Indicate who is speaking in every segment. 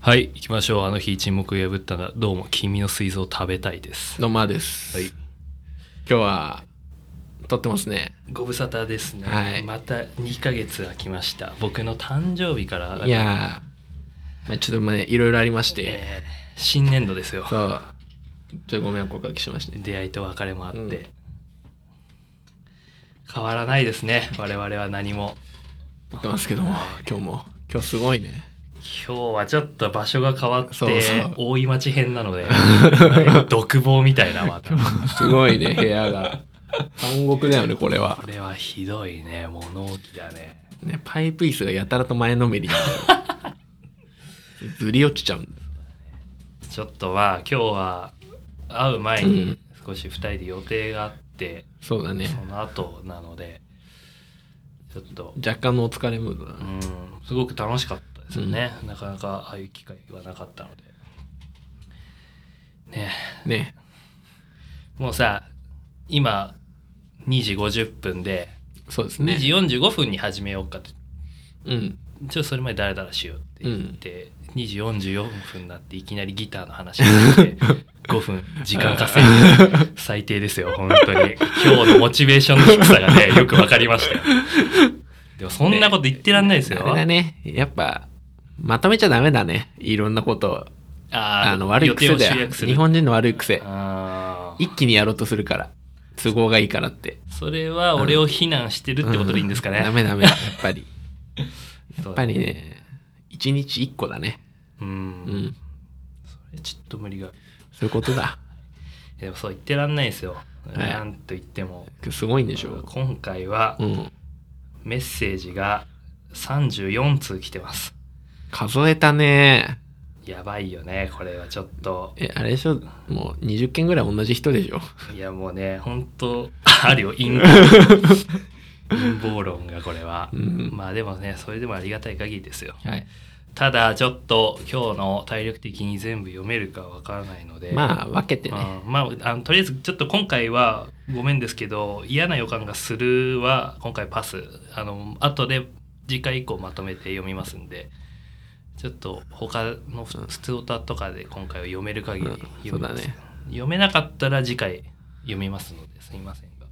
Speaker 1: はい行きましょうあの日沈黙を破ったがどうも君の膵臓を食べたいです
Speaker 2: どうもです、
Speaker 1: はい
Speaker 2: 今日は撮ってますね
Speaker 1: ご無沙汰ですね、
Speaker 2: はい
Speaker 1: また2ヶ月空きました僕の誕生日から
Speaker 2: いやー、まあ、ちょっとねいろいろありまして
Speaker 1: えー新年度ですよ
Speaker 2: そうちょっとご迷惑をおかけしまして
Speaker 1: 出会いと別れもあって、
Speaker 2: うん
Speaker 1: 変わらないですね我々は何も
Speaker 2: 撮ってますけども今日も今日すごいね
Speaker 1: 今日はちょっと場所が変わって
Speaker 2: そうそう
Speaker 1: 大井町編なの で独房みたいなまた
Speaker 2: す ごいね部屋が監獄だよねこれは
Speaker 1: これはひどいね物置だね
Speaker 2: ねパイプ椅子がやたらと前のめりなんだよずり落ちちゃうんだ
Speaker 1: ちょっとまあ今日は会う前
Speaker 2: う
Speaker 1: に
Speaker 2: ん
Speaker 1: 少し2人で予定があって、
Speaker 2: そうだね
Speaker 1: その後なのでちょっと、
Speaker 2: 若干のお疲れムードだ
Speaker 1: う、
Speaker 2: なん
Speaker 1: すごく楽しかったですよね、なかなかああいう機会はなかったのでね
Speaker 2: ね
Speaker 1: もうさ今2時50分で
Speaker 2: そうです
Speaker 1: 2時
Speaker 2: ね
Speaker 1: 45分に始めようかと
Speaker 2: うん
Speaker 1: ちょっとそれまでだらだらしようって言って、2時44分になっていきなりギターの話が 出て5分時間稼いで最低ですよ本当に今日のモチベーションの低さがねよく分かりましたよでもそんなこと言ってらんないですよ、
Speaker 2: あれだねやっぱまとめちゃダメだねいろんなことを
Speaker 1: あー
Speaker 2: あの悪い癖
Speaker 1: 予定を
Speaker 2: だ
Speaker 1: 集
Speaker 2: よ。
Speaker 1: 約する
Speaker 2: 日本人の悪い癖。
Speaker 1: あー
Speaker 2: 一気にやろうとするから。都合がいいからって。
Speaker 1: それは俺を非難してるってことでいいんですかね、
Speaker 2: うダメダメ。やっ ぱり。
Speaker 1: や
Speaker 2: やっぱりね、一日一個だね。
Speaker 1: う
Speaker 2: うんん。
Speaker 1: ちょっと無理が
Speaker 2: そういうことだ。
Speaker 1: でもそう言ってらんないですよ、
Speaker 2: い
Speaker 1: なんと言っても
Speaker 2: すごいんでしょう。
Speaker 1: 今回は、
Speaker 2: うん。
Speaker 1: メッセージが34通来てます。
Speaker 2: 数えたね。
Speaker 1: やばいよね、これはちょっと。
Speaker 2: え、あれでしょもう20件ぐらい同じ人でしょ
Speaker 1: いやもうね、本当あ るよ、陰謀陰謀論がこれは
Speaker 2: う。ん。
Speaker 1: まあでもね、それでもありがたい限りですよ。
Speaker 2: はい。
Speaker 1: ただちょっと今日の体力的に全部読めるかわからないので。
Speaker 2: まあ、分けてね。
Speaker 1: うんまあ、あのとりあえずちょっと今回はごめんですけど嫌な予感がするは今回パスあの後で次回以降まとめて読みますんでちょっと他のふ普通歌とかで今回は読める限り
Speaker 2: うん
Speaker 1: 読みます、
Speaker 2: そうだね
Speaker 1: 読めなかったら次回読みますのですみませんが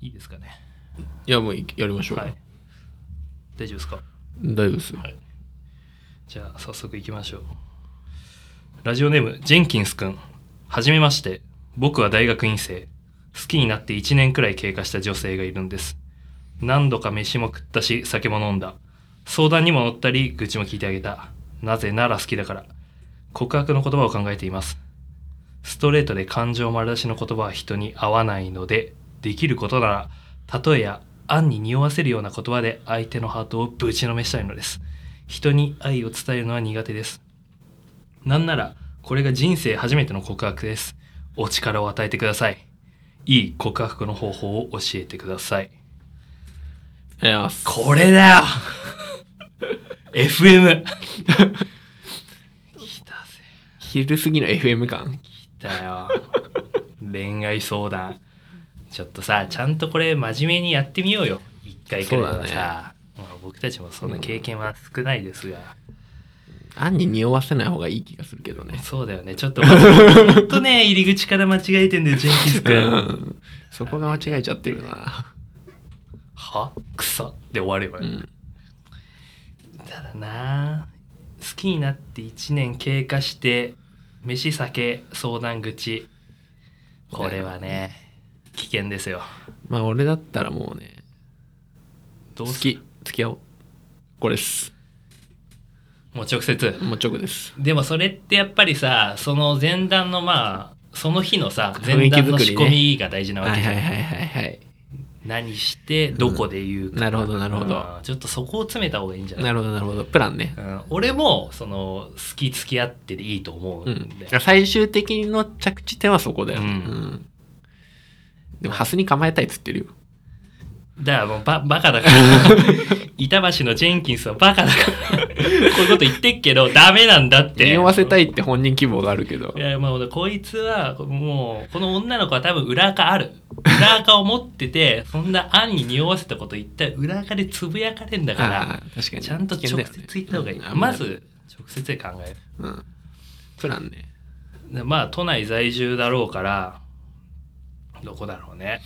Speaker 1: いいですかね
Speaker 2: いや、もういやりましょうよ。
Speaker 1: はい大丈夫ですか
Speaker 2: 大丈夫です。
Speaker 1: はいじゃあ早速行きましょうラジオネームジェンキンスくんはじめまして僕は大学院生好きになって1年くらい経過した女性がいるんです何度か飯も食ったし酒も飲んだ相談にも乗ったり愚痴も聞いてあげたなぜなら好きだから告白の言葉を考えていますストレートで感情丸出しの言葉は人に合わないのでできることなら例えや暗に匂わせるような言葉で相手のハートをぶちのめしたいのです人に愛を伝えるのは苦手ですなんならこれが人生初めての告白ですお力を与えてくださいいい告白の方法を教えてください
Speaker 2: いや、す
Speaker 1: これだよ FM 来たぜ
Speaker 2: 昼過ぎの FM 感。
Speaker 1: 来たよ恋愛相談ちょっとさちゃんとこれ真面目にやってみようよ一回くらいは
Speaker 2: そうだ
Speaker 1: さ、まあ僕たちもそんな経験は少ないですが、
Speaker 2: 案に匂わせない方がいい気がするけどね。
Speaker 1: そうだよねちょっとほんとね入り口から間違えてんだよジェンキス
Speaker 2: う
Speaker 1: 君
Speaker 2: んそこが間違えちゃってるな。
Speaker 1: は草で終われば、
Speaker 2: うん。
Speaker 1: ただな好きになって1年経過して飯酒相談口これはね危険ですよ
Speaker 2: まあ俺だったらもうね、
Speaker 1: どう
Speaker 2: 好
Speaker 1: す
Speaker 2: き、付き合おう。これです。
Speaker 1: もう直接
Speaker 2: もう直です。
Speaker 1: でもそれってやっぱりさその前段のまあその日のさ
Speaker 2: 雰
Speaker 1: 前
Speaker 2: 囲気作
Speaker 1: 段
Speaker 2: りね
Speaker 1: の仕込みが大事な
Speaker 2: はい
Speaker 1: わけ
Speaker 2: はい
Speaker 1: じゃん、
Speaker 2: はいはいはい。
Speaker 1: 何してどこで言うか、
Speaker 2: なるほどなるほど。
Speaker 1: うんちょっとそこを詰めた方がいいんじゃない
Speaker 2: なるほどなるほど。プランね。
Speaker 1: うん、俺もその好き付き合ってでいいと思う
Speaker 2: うんん
Speaker 1: で、。
Speaker 2: 最終的の着地点はそこだよ。
Speaker 1: う
Speaker 2: うんん。でも、ハスに構えたいっつってるよ。
Speaker 1: だからもうババカだ から板橋のジェンキンスはバカだからこういうこと言ってっけどダメなんだって
Speaker 2: 匂わせたいって本人希望があるけど
Speaker 1: い。やまあこいつはもうこの女の子は多分裏垢ある裏垢を持ってて、 そんな案に匂わせたこと言ったら裏垢でつぶやかれんだか
Speaker 2: あ
Speaker 1: ら、
Speaker 2: あ確かに
Speaker 1: ちゃんと直
Speaker 2: 危険だよね
Speaker 1: 接言った方がいい。
Speaker 2: うん
Speaker 1: まず、直接で考える。
Speaker 2: うんプランね
Speaker 1: でまあ都内在住だろうからどこだろうね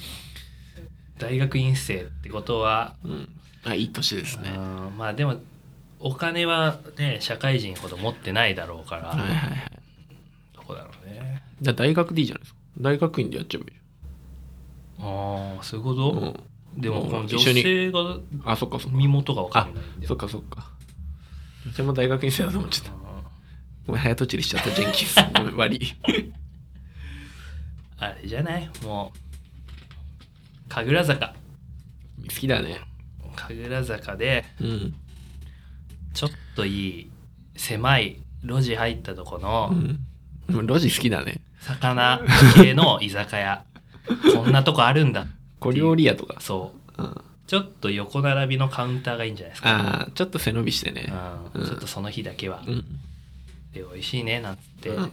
Speaker 1: 大学院生ってことは、
Speaker 2: うんあいい年ですね
Speaker 1: うんまあでもお金はね社会人ほど持ってないだろうから、
Speaker 2: はいはいはい
Speaker 1: どこだろうね
Speaker 2: じゃあ大学でいいじゃないですか大学院でやっちゃえばいい
Speaker 1: ああそういうこと、
Speaker 2: じゃんうん
Speaker 1: でも
Speaker 2: うん
Speaker 1: この女
Speaker 2: 一緒に
Speaker 1: 性が
Speaker 2: あそっかそっか
Speaker 1: 身元が分かんないんだ
Speaker 2: そ
Speaker 1: よ
Speaker 2: っかそっか女性も大学院生だと思っちゃった
Speaker 1: うん
Speaker 2: ごめん早とちりしちゃったジェンキンスごめん悪い
Speaker 1: あれじゃないもう神楽坂
Speaker 2: 好きだね
Speaker 1: 神楽坂で
Speaker 2: うん
Speaker 1: ちょっといい狭い路地入ったとこの、
Speaker 2: うん路地好きだね
Speaker 1: 魚系の居酒屋こんなとこあるんだ
Speaker 2: 小料理屋とか、
Speaker 1: そう
Speaker 2: うん、あ
Speaker 1: ちょっと横並びのカウンターがいいんじゃないですか
Speaker 2: あちょっと背伸びしてね
Speaker 1: うん
Speaker 2: うん
Speaker 1: ちょっとその日だけは、
Speaker 2: うん
Speaker 1: で美味しいねなんつって、
Speaker 2: うん
Speaker 1: ま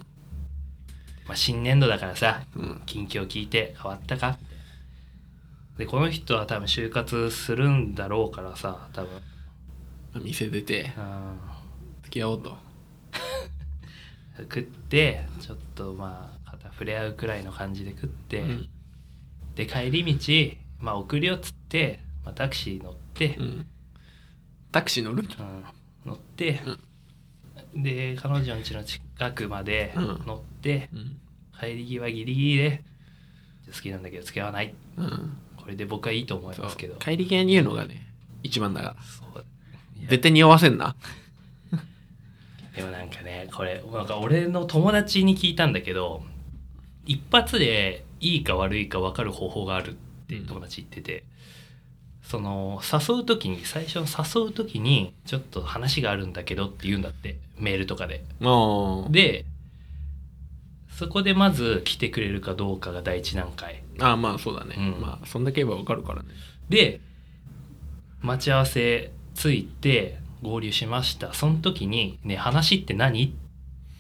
Speaker 1: あ、新年度だからさ
Speaker 2: うん
Speaker 1: 近況聞いて変わったかってでこの人は多分就活するんだろうからさ多分、
Speaker 2: 店出て付き合おうと
Speaker 1: うん、食ってちょっとまあ肩触れ合うくらいの感じで食って、
Speaker 2: うん
Speaker 1: で帰り道、まあ、送るよっつって、まあ、タクシー乗って、
Speaker 2: うんタクシー乗るんだ
Speaker 1: うん乗って、で彼女の家の近くまで
Speaker 2: うん
Speaker 1: 乗って、
Speaker 2: うん
Speaker 1: 帰り際ギリギリで好きなんだけど付き合わない
Speaker 2: うん
Speaker 1: これで僕はいいと思い
Speaker 2: そう
Speaker 1: ますけど
Speaker 2: 帰り際に言うのがね一番だから
Speaker 1: そういや
Speaker 2: 絶対匂わせんな
Speaker 1: でもなんかねこれなんか俺の友達に聞いたんだけど一発でいいか悪いか分かる方法があるって友達言ってて、その誘う時に最初の誘う時にちょっと話があるんだけどって言うんだってメールとかで
Speaker 2: もう
Speaker 1: でそこでまず来てくれるかどうかが第一段階
Speaker 2: ああまあそうだね、
Speaker 1: うん
Speaker 2: まあそんだけ言えばわかるからね
Speaker 1: で待ち合わせついて合流しましたその時に「ね話って何?」っ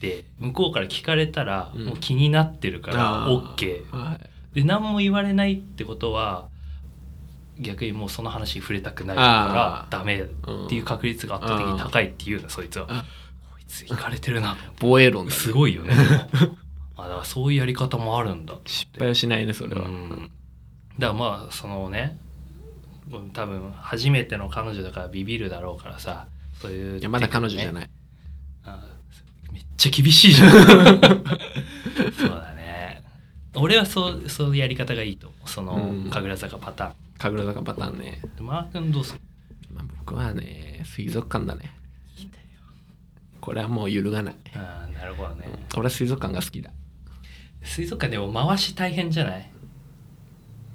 Speaker 1: て向こうから聞かれたら、
Speaker 2: うん
Speaker 1: もう気になってるから
Speaker 2: あー
Speaker 1: OK
Speaker 2: はい
Speaker 1: で何も言われないってことは逆にもうその話に触れたくないか
Speaker 2: あー
Speaker 1: らダメっていう確率が圧倒的に高いっていうのそいつはこ
Speaker 2: あ
Speaker 1: いつ行かれてるな
Speaker 2: 防衛論だ
Speaker 1: すごい よねでもあだからそういうやり方もあるんだって
Speaker 2: 失敗はしないねそれ
Speaker 1: う
Speaker 2: は、
Speaker 1: ん、だからまあそのね多分初めての彼女だからビビるだろうからさそういう、
Speaker 2: いやまだ彼女じゃ
Speaker 1: い
Speaker 2: ない
Speaker 1: めっちゃ厳しい じゃんそうだね俺はそうそういうやり方がいいと思うその、
Speaker 2: うん
Speaker 1: 神楽坂パタ
Speaker 2: 神楽坂パターンね、
Speaker 1: ーンマー君どうする
Speaker 2: まあ、僕はね水族館だねこれはもう揺るがない
Speaker 1: あーなるほどね
Speaker 2: 俺は水族館が好きだ
Speaker 1: 水族館でも回し大変じゃない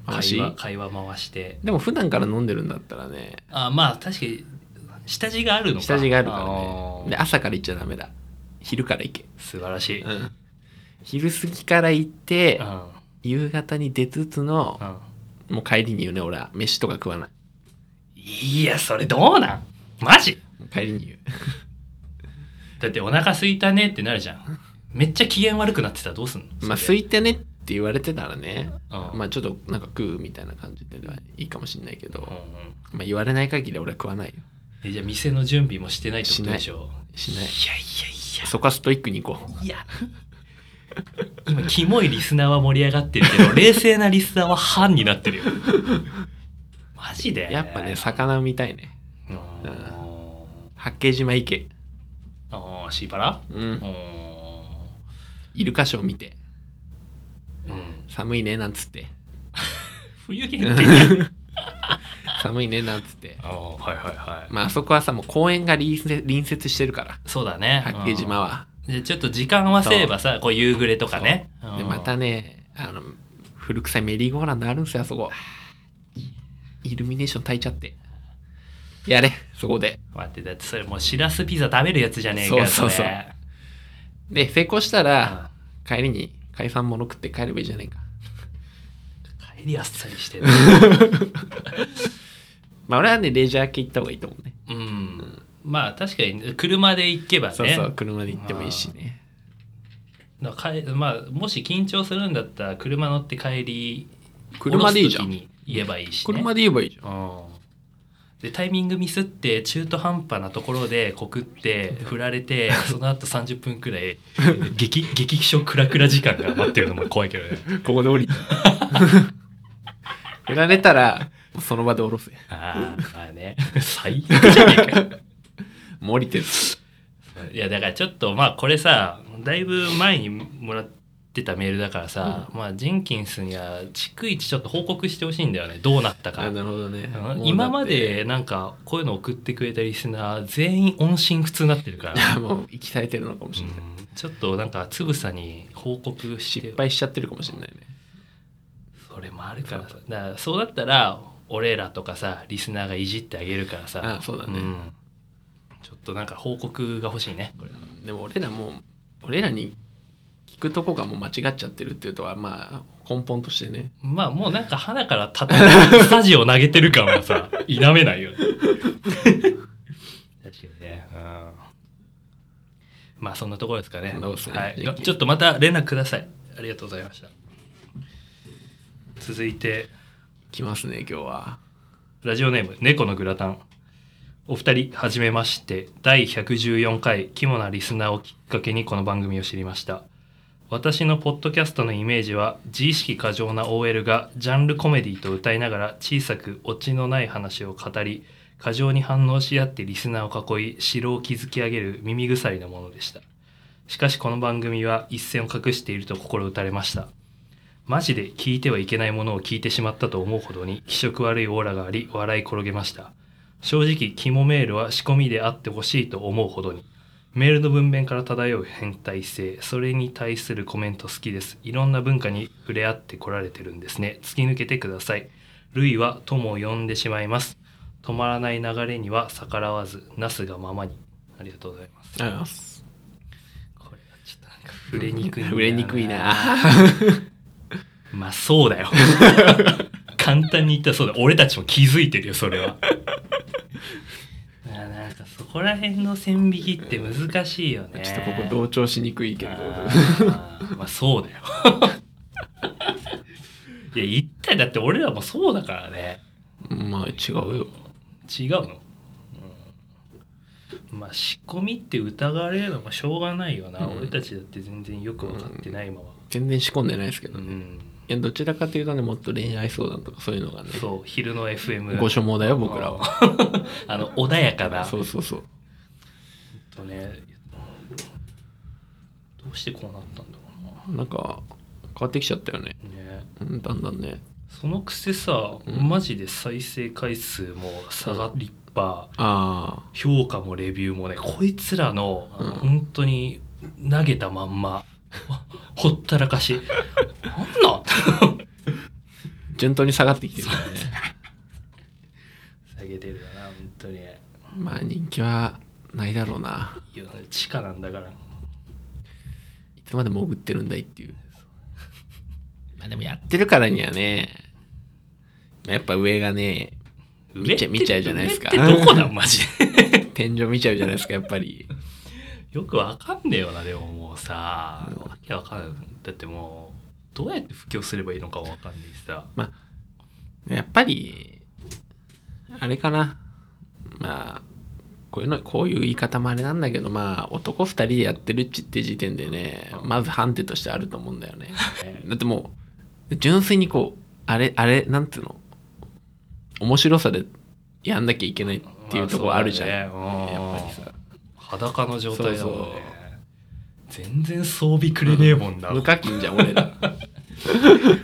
Speaker 2: 回し
Speaker 1: 会話会話回して
Speaker 2: でも普段から飲んでるんだったらね
Speaker 1: あーまあ確かに下地があるのか
Speaker 2: 下地があるから
Speaker 1: あ
Speaker 2: ね
Speaker 1: ー
Speaker 2: で朝から行っちゃダメだ昼から行け、
Speaker 1: 素晴らしい、うん
Speaker 2: うん、昼過ぎから行って
Speaker 1: うん
Speaker 2: 夕方に出つつの
Speaker 1: うん
Speaker 2: もう帰りに言うね俺は飯とか食わない
Speaker 1: いや、それどうなんマジ
Speaker 2: もう帰りに言う
Speaker 1: だってお腹空いたねってなるじゃん。めっちゃ機嫌悪くなってたらどうすんの
Speaker 2: まあ
Speaker 1: それ
Speaker 2: 空いてねって言われてたらね
Speaker 1: うん
Speaker 2: まあちょっとなんか食うみたいな感じではいいかもしんないけど、
Speaker 1: うんうん
Speaker 2: まあ言われない限り俺は食わないよ
Speaker 1: えじゃあ店の準備もしてないってことでしょ
Speaker 2: しな
Speaker 1: い
Speaker 2: い
Speaker 1: やい
Speaker 2: そこはストイックに行こう
Speaker 1: やいやいや。今、キモいリスナーは盛り上がってるけど、冷静なリスナーは半になってるよ。マジで
Speaker 2: やっぱね、魚見たいね
Speaker 1: うん
Speaker 2: うん八景島行け
Speaker 1: あー、シーパラ
Speaker 2: う
Speaker 1: うんん。
Speaker 2: イルカショー見て
Speaker 1: うん
Speaker 2: 寒いねなんつって
Speaker 1: 冬限 定
Speaker 2: 寒いねなんつって
Speaker 1: あーはいはいはい。
Speaker 2: まああそこはさもう公園が隣接隣接してるから
Speaker 1: そうだね。
Speaker 2: 八景島は
Speaker 1: でちょっと時間はせればさこう夕暮れとかね
Speaker 2: でまた
Speaker 1: ね
Speaker 2: ねあの古臭いメリーゴーランドあるんすよあそこイルミネーション焚いちゃってやれそこで
Speaker 1: 待ってだってそれもうしらすピザ食べるやつじゃねえかよ
Speaker 2: そうそうそう
Speaker 1: れ
Speaker 2: で成功した
Speaker 1: あ
Speaker 2: ら帰りに海産物食って帰ればいいじゃないか
Speaker 1: 帰りあっさりしてる
Speaker 2: まあ俺はねレジャー系行った方がいいと思 うね
Speaker 1: うんまあ確かに車で行けばね
Speaker 2: そうそう車で行ってもいいしね
Speaker 1: だから帰まあ、もし緊張するんだったら車乗って帰り
Speaker 2: 車でいいじゃ
Speaker 1: 降ろ
Speaker 2: ん。
Speaker 1: す時に言えばいいし、ね、
Speaker 2: 車で言えばいいじゃん。
Speaker 1: うんでタイミングミスって中途半端なところで告って振られてその後30分くら い激激気象クラクラ時間が待ってるのも怖いけどね
Speaker 2: ここで 降り。売られたら、その場で降ろせ。
Speaker 1: ああまあね最悪じゃねえ か
Speaker 2: もう降りてる。
Speaker 1: いやだからちょっとまあこれさだいぶ前にもらってたメールだからさ、まあジェンキンスには逐一ちょっと報告してほしいんだよねどうなったか
Speaker 2: あなるほどね
Speaker 1: うん。今までなんかこういうの送ってくれたリスナー全員音信不通になってる から
Speaker 2: もうだって。いやもう、生きされてるのかもしれない。
Speaker 1: うんちょっとなんかつぶさに報告して
Speaker 2: 失敗しちゃってるかもしれないね。
Speaker 1: それもあるからさだからそうだったら俺らとかさリスナーがいじってあげるからさ
Speaker 2: あそうだね
Speaker 1: んちょっとなんか報告が欲しいねこれ
Speaker 2: でも俺らもう俺らに聞くとこがもう間違っちゃってるっていうとはまあ根本としてね
Speaker 1: まあもうなんか鼻からたスタジオ投げてる感はさ否めないよね確かにねうんまあそんなところですかね
Speaker 2: そうですね
Speaker 1: はい、ちょっとまた連絡くださいありがとうございました続いて
Speaker 2: 来ますね今日は
Speaker 1: ラジオネーム猫のグラタンお二人はじめまして第114回肝なリスナーをきっかけにこの番組を知りました私のポッドキャストのイメージは自意識過剰な OL がジャンルコメディと歌いながら小さくオチのない話を語り過剰に反応し合ってリスナーを囲い城を築き上げる耳鎖なものでしたしかしこの番組は一線を隠していると心打たれましたマジで聞いてはいけないものを聞いてしまったと思うほどに気色悪いオーラがあり笑い転げました正直肝メールは仕込みであってほしいと思うほどにメールの文面から漂う変態性それに対するコメント好きですいろんな文化に触れ合ってこられてるんですね突き抜けてくださいルイは友を呼んでしまいます止まらない流れには逆らわずなすがままにありがとうございます
Speaker 2: ありがとうございます
Speaker 1: これはちょっとなんか触れにくいな
Speaker 2: 売れにくい な
Speaker 1: まあそう だよ。簡単に言ったらそうだ。俺たちも気づいてるよ、それは。あなんかそこら辺の線引きって難しいよね。
Speaker 2: ちょっとここ同調しにくいけど
Speaker 1: あーまあそう だよ。いや、一体だって俺らもそうだからね。
Speaker 2: まあ違うよ
Speaker 1: 違うの、うん、まあ仕込みって疑われるのもしょうがないよな。
Speaker 2: うん
Speaker 1: 俺たちだって全然よく分かってないまま。
Speaker 2: 全然仕込んでないですけど、
Speaker 1: う
Speaker 2: ね
Speaker 1: ん
Speaker 2: いやどちらかというとねもっと恋愛相談とかそういうのがね
Speaker 1: そう、昼の FM
Speaker 2: ご所望だよ僕らは
Speaker 1: あの穏やかな
Speaker 2: そうそうそう
Speaker 1: とねどうしてこうなったんだろ
Speaker 2: なんか変わってきちゃったよね
Speaker 1: うなね
Speaker 2: うんだんだんね
Speaker 1: そのくせさ、
Speaker 2: うん
Speaker 1: マジで再生回数も下がりっぱ
Speaker 2: ああ
Speaker 1: 評価もレビューもねこいつらのあの
Speaker 2: うん
Speaker 1: 本当に投げたまんま ほったらかしなんなん
Speaker 2: 順当に下がってきてるからね
Speaker 1: 下げてるよな本当にい
Speaker 2: まあ人気はないだろうな
Speaker 1: や地下なんだから
Speaker 2: いつまで潜ってるんだいっていう。まあでもやってるからにはね、まあやっぱ上がね、見ちゃ見ちゃうじゃないですか
Speaker 1: 上ってどこだマジで
Speaker 2: 天井見ちゃうじゃないですか、やっぱり。
Speaker 1: よくわかんねえよなでももうさわけわかんないだってもうどうやって布教すればいいのかもわかんないしさ
Speaker 2: やっぱり、あれかな。まあ、こういうの、こういう言い方もあれなんだけど、まあ、男二人でやってるっちって時点でね、まず判定としてあると思うんだよね。だってもう、純粋にこう、あれ、あれ、なんていうの、面白さでやんなきゃいけないっていうところあるじゃん。
Speaker 1: まあそうだねうん
Speaker 2: やっぱりさ。
Speaker 1: 裸の状態だもんね
Speaker 2: そうそう
Speaker 1: 全然装備くれねえもんな、
Speaker 2: 無課金じゃん俺ら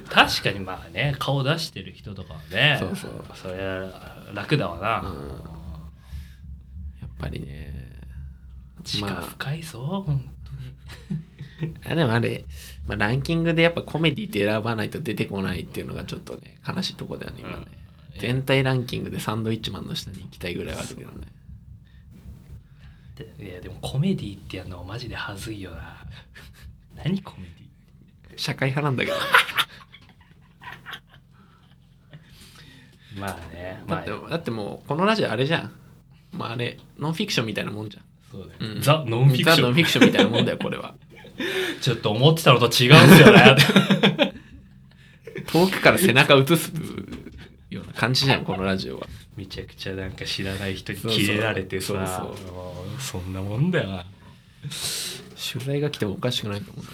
Speaker 1: 確かにまあね顔出してる人とかはね
Speaker 2: そうそう
Speaker 1: それは楽だわな、
Speaker 2: うんやっぱりね
Speaker 1: 地下
Speaker 2: まあ
Speaker 1: 深いぞ、本
Speaker 2: あでもあれ、まあ、ランキングでやっぱコメディって選ばないと出てこないっていうのがちょっとね悲しいとこだよね
Speaker 1: 当
Speaker 2: 今
Speaker 1: に
Speaker 2: ね、全体ランキングでサンドイッチマンの下に行きたいぐらいはあるけどね
Speaker 1: いやでもコメディってやるのマジで恥ずいよ な何コメディ
Speaker 2: 社会派なんだけど
Speaker 1: まあね
Speaker 2: だ
Speaker 1: まあ
Speaker 2: ってだってもうこのラジオあれじゃんまああれノンフィクションみたいなもんじゃん
Speaker 1: そうだ
Speaker 2: う
Speaker 1: よ
Speaker 2: ん
Speaker 1: ザ・ノンフィク
Speaker 2: ザ
Speaker 1: シ
Speaker 2: ノ
Speaker 1: ョ
Speaker 2: ン
Speaker 1: ン
Speaker 2: フィクションみたいなもんだよこれは
Speaker 1: ちょっと思ってたのと違うんですよね
Speaker 2: 遠くから背中映すような感じじゃん、このラジオは。
Speaker 1: めちゃくちゃなんか知らない人に
Speaker 2: そうそう
Speaker 1: キレられてさ
Speaker 2: そう
Speaker 1: もうそんなもんだよな
Speaker 2: 取材が来てもおかしくないと思う。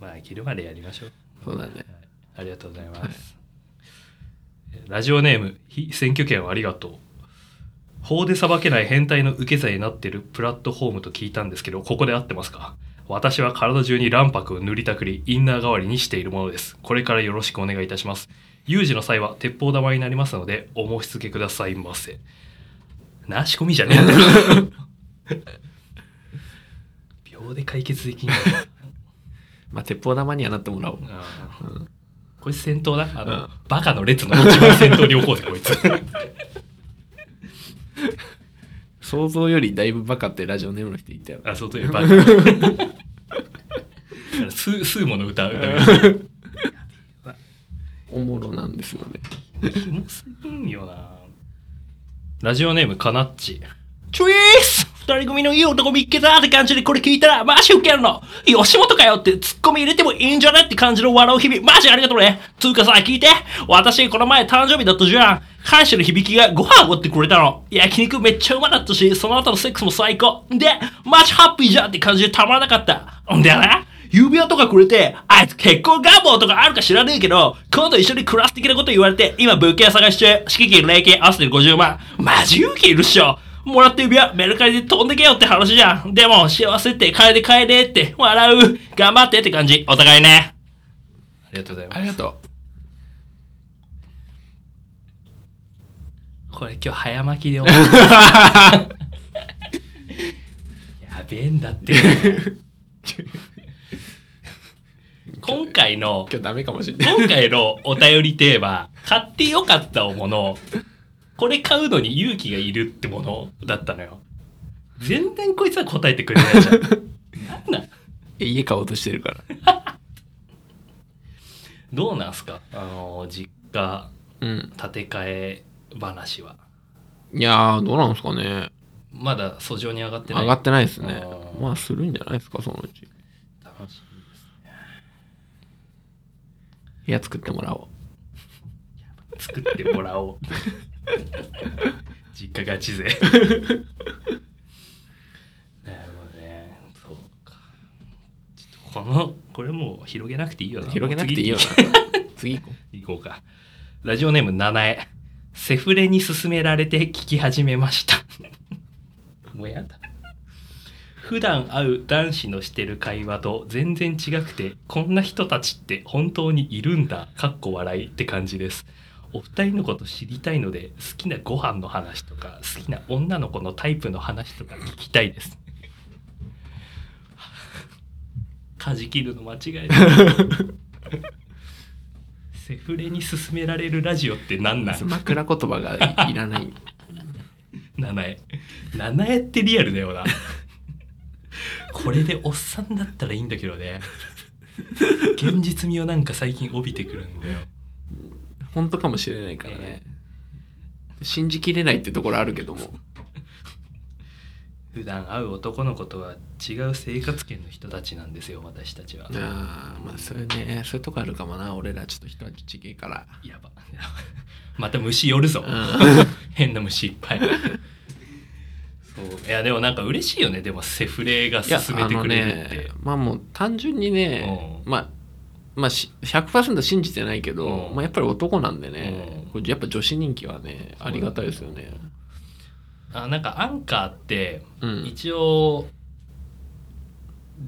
Speaker 1: まあ切るまでやりましょう
Speaker 2: そうだね。
Speaker 1: はいありがとうございます、ラジオネーム非選挙権をありがとう法で裁けない変態の受け皿になってるプラットフォームと聞いたんですけどここで合ってますか私は体中に卵白を塗りたくりインナー代わりにしているものですこれからよろしくお願いいたします有事の際は鉄砲玉になりますのでお申し付けくださいませな仕込みじゃねえんだよ 秒で解決できんの
Speaker 2: まあ、鉄砲玉にはなってもらおう。
Speaker 1: うんこいつ先頭だあの、
Speaker 2: うん
Speaker 1: バカの列の一番先頭に置こうぜこいつ
Speaker 2: 想像よりだいぶバカってラジオネームの人いたよ。
Speaker 1: あそうという バカだからスースーモの歌歌う
Speaker 2: おもろなんですよね。
Speaker 1: キモすぎんよなラジオネームかなっちチョイス二人組のいい男見っけたって感じでこれ聞いたらマジウケるの吉本かよってツッコミ入れてもいいんじゃねって感じの笑う日々マジありがとうねつうかさ聞いて私この前誕生日だったじゃん感謝の響きがご飯おごってくれたの焼肉めっちゃうまかったしその後のセックスも最高でマジハッピーじゃんって感じでたまらなかったんだよな指輪とかくれて、あいつ結婚願望とかあるか知らねえけど、今度一緒に暮らす的なこと言われて、今物件探し中、敷金、礼金合わせて50万。マジ勇気いるっしょ。もらった指輪、メルカリで飛んでけよって話じゃん。でも、幸せって金で買えねえって、笑う。頑張ってって感じ。お互いね。ありがとうござい
Speaker 2: あ。りがと
Speaker 1: これ今日早巻きで 終わるやべえんだって。 今回の
Speaker 2: う。、今日ダメかもしれない。
Speaker 1: 今回のお便りテーマ、買ってよかったもの、これ買うのに勇気がいるってものだったのよ。全然こいつは答えてくれないじゃん。なんなん
Speaker 2: 家買おうとしてるから。
Speaker 1: どうなんすかあの、実家、
Speaker 2: うん。
Speaker 1: 建て替え話は。
Speaker 2: いやー、どうなんですかね。
Speaker 1: まだ訴状に上がってない。
Speaker 2: 上がってないですね
Speaker 1: あ。ー
Speaker 2: まあ、するんじゃないですか、そのうち。
Speaker 1: 楽しみです
Speaker 2: 部屋作ってもらおう。
Speaker 1: 作ってもら おう実家ガチ勢なるほどねそうかちょっとこのこれもう広げなくていいよな
Speaker 2: 広げなくていいよ
Speaker 1: もう
Speaker 2: な。次行こ
Speaker 1: 次行こうかラジオネーム七重セフレに勧められて聞き始めました もうやだ普段会う男子のしてる会話と全然違くてこんな人たちって本当にいるんだかっこ笑いって感じですお二人のこと知りたいので好きなご飯の話とか好きな女の子のタイプの話とか聞きたいです かじきるの間違いないセフレに勧められるラジオって何なん
Speaker 2: う。枕言葉がいいらない。
Speaker 1: 七重七重ってリアルだよなこれでおっさんだったらいいんだけどね現実味をなんか最近帯びてくるんだよ
Speaker 2: 本当かもしれないからね。信じきれないってところあるけども。
Speaker 1: 普段会う男の子とは違う生活圏の人たちなんですよ私たちは
Speaker 2: ああ、まあ、それね、そういうとこあるかもな。俺らちょっと人はちげえから。
Speaker 1: やばまた虫寄るぞ、
Speaker 2: うん
Speaker 1: 変な虫いっぱいそういやでもなんか嬉しいよねでもセフレが
Speaker 2: いや、
Speaker 1: 勧め
Speaker 2: あ
Speaker 1: て
Speaker 2: の
Speaker 1: くれるって、
Speaker 2: ね、まあもう単純にね、
Speaker 1: うん
Speaker 2: まあ、まあし100%信じてないけど、
Speaker 1: うん
Speaker 2: まあやっぱり男なんでね
Speaker 1: うん、
Speaker 2: これやっぱ女子人気はね、ありがたいですよね。
Speaker 1: あなんかアンカーって
Speaker 2: うん。
Speaker 1: 一応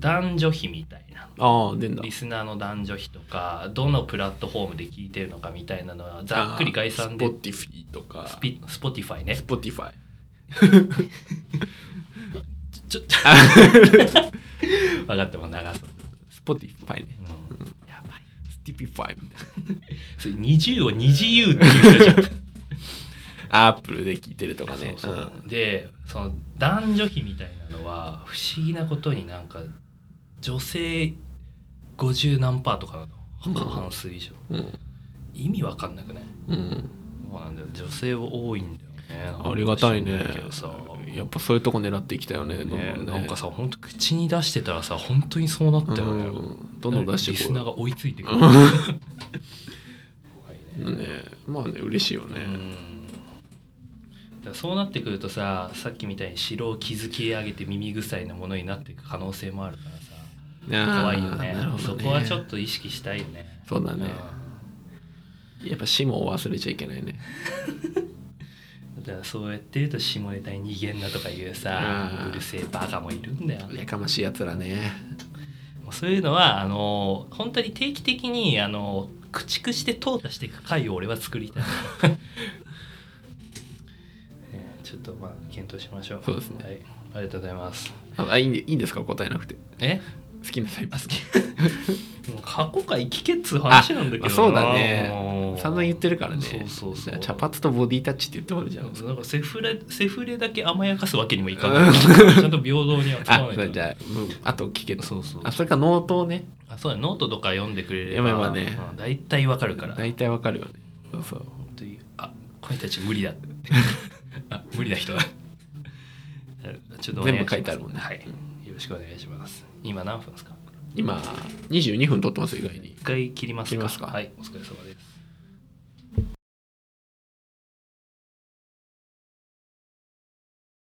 Speaker 1: 男女比みたいな
Speaker 2: ああ、出んだ
Speaker 1: リ。スナーの男女比とかどのプラットフォームで聞いてるのかみたいなのはざっくり概算で
Speaker 2: スポティフィとか、
Speaker 1: スピスポティファイね
Speaker 2: スポティファイ。
Speaker 1: ちょ 分かってもう流す、
Speaker 2: スポティファイね。
Speaker 1: うん、やばい
Speaker 2: スティピファイみたい
Speaker 1: それ20を 20U って言う人じゃん
Speaker 2: な。アップルで聞いてるとかね。
Speaker 1: そうそう
Speaker 2: うん
Speaker 1: でその男女比みたいなのは不思議なことになんか女性50何パーとかな
Speaker 2: うん
Speaker 1: の半数以上
Speaker 2: うん。
Speaker 1: 意味わかんなくない
Speaker 2: うん。
Speaker 1: そうなんだよ女性多いんだよね
Speaker 2: ありがたいね
Speaker 1: けどさ。
Speaker 2: いやっぱそういうとこ狙っていきたいよねどんどん
Speaker 1: ね
Speaker 2: ね
Speaker 1: なんかさ本当口に出してたらさ本当にそうなったよね、
Speaker 2: うんどんどん出して
Speaker 1: リ
Speaker 2: こ
Speaker 1: ス
Speaker 2: う
Speaker 1: ナーが追いついてくる、
Speaker 2: ねまあね嬉しいよね、
Speaker 1: うんだからそうなってくるとささっきみたいに城を築き上げて耳臭いなものになっていく可能性もあるからさ怖いよね
Speaker 2: あーなるほ
Speaker 1: そ
Speaker 2: どね
Speaker 1: こはちょっと意識したいよね
Speaker 2: そうだ
Speaker 1: うん
Speaker 2: ねやっぱ死も忘れちゃいけないね
Speaker 1: だからそうやってると下ネタに逃げんなとかいうさ
Speaker 2: うん
Speaker 1: うるせえバカもいるんだよね
Speaker 2: やかましいやつらね
Speaker 1: もうそういうのはあの本当に定期的にあの駆逐して淘汰していく回を俺は作りたい、 えーちょっとまあ検討しましょう
Speaker 2: そうですね
Speaker 1: はい、ありがとうございます
Speaker 2: ああいいんでいいんですか答えなくて
Speaker 1: え
Speaker 2: 好きなタイプ
Speaker 1: あ好きもう過去回聞けっつう話なんだけどな
Speaker 2: あそうだ
Speaker 1: も
Speaker 2: ね
Speaker 1: う
Speaker 2: 散々言ってるからね
Speaker 1: そうそうそう
Speaker 2: 茶髪とボディタッチって言ってもらうじゃん
Speaker 1: なんかセフレセフレだけ甘やかすわけにもいか ないからちゃんと平等に扱
Speaker 2: あ
Speaker 1: わ
Speaker 2: そ
Speaker 1: な
Speaker 2: れ
Speaker 1: い
Speaker 2: じ
Speaker 1: と
Speaker 2: ゃあ、うん、あと聞けと
Speaker 1: そうそう
Speaker 2: あそれかノートをね
Speaker 1: あそうだノートとか読んでくれれ
Speaker 2: やば
Speaker 1: ば
Speaker 2: いやばいね
Speaker 1: うん大体わかるから
Speaker 2: 大体わかるよねそうそう
Speaker 1: 本当にあこの人たち無 理だってあ無理な人だちょっとお願します
Speaker 2: 全部書いてあるもんね
Speaker 1: はいよろしくお願いします今何分ですか
Speaker 2: 今22分撮ってます意外に
Speaker 1: 一回切りますか
Speaker 2: 切りますか
Speaker 1: はいお疲れ様です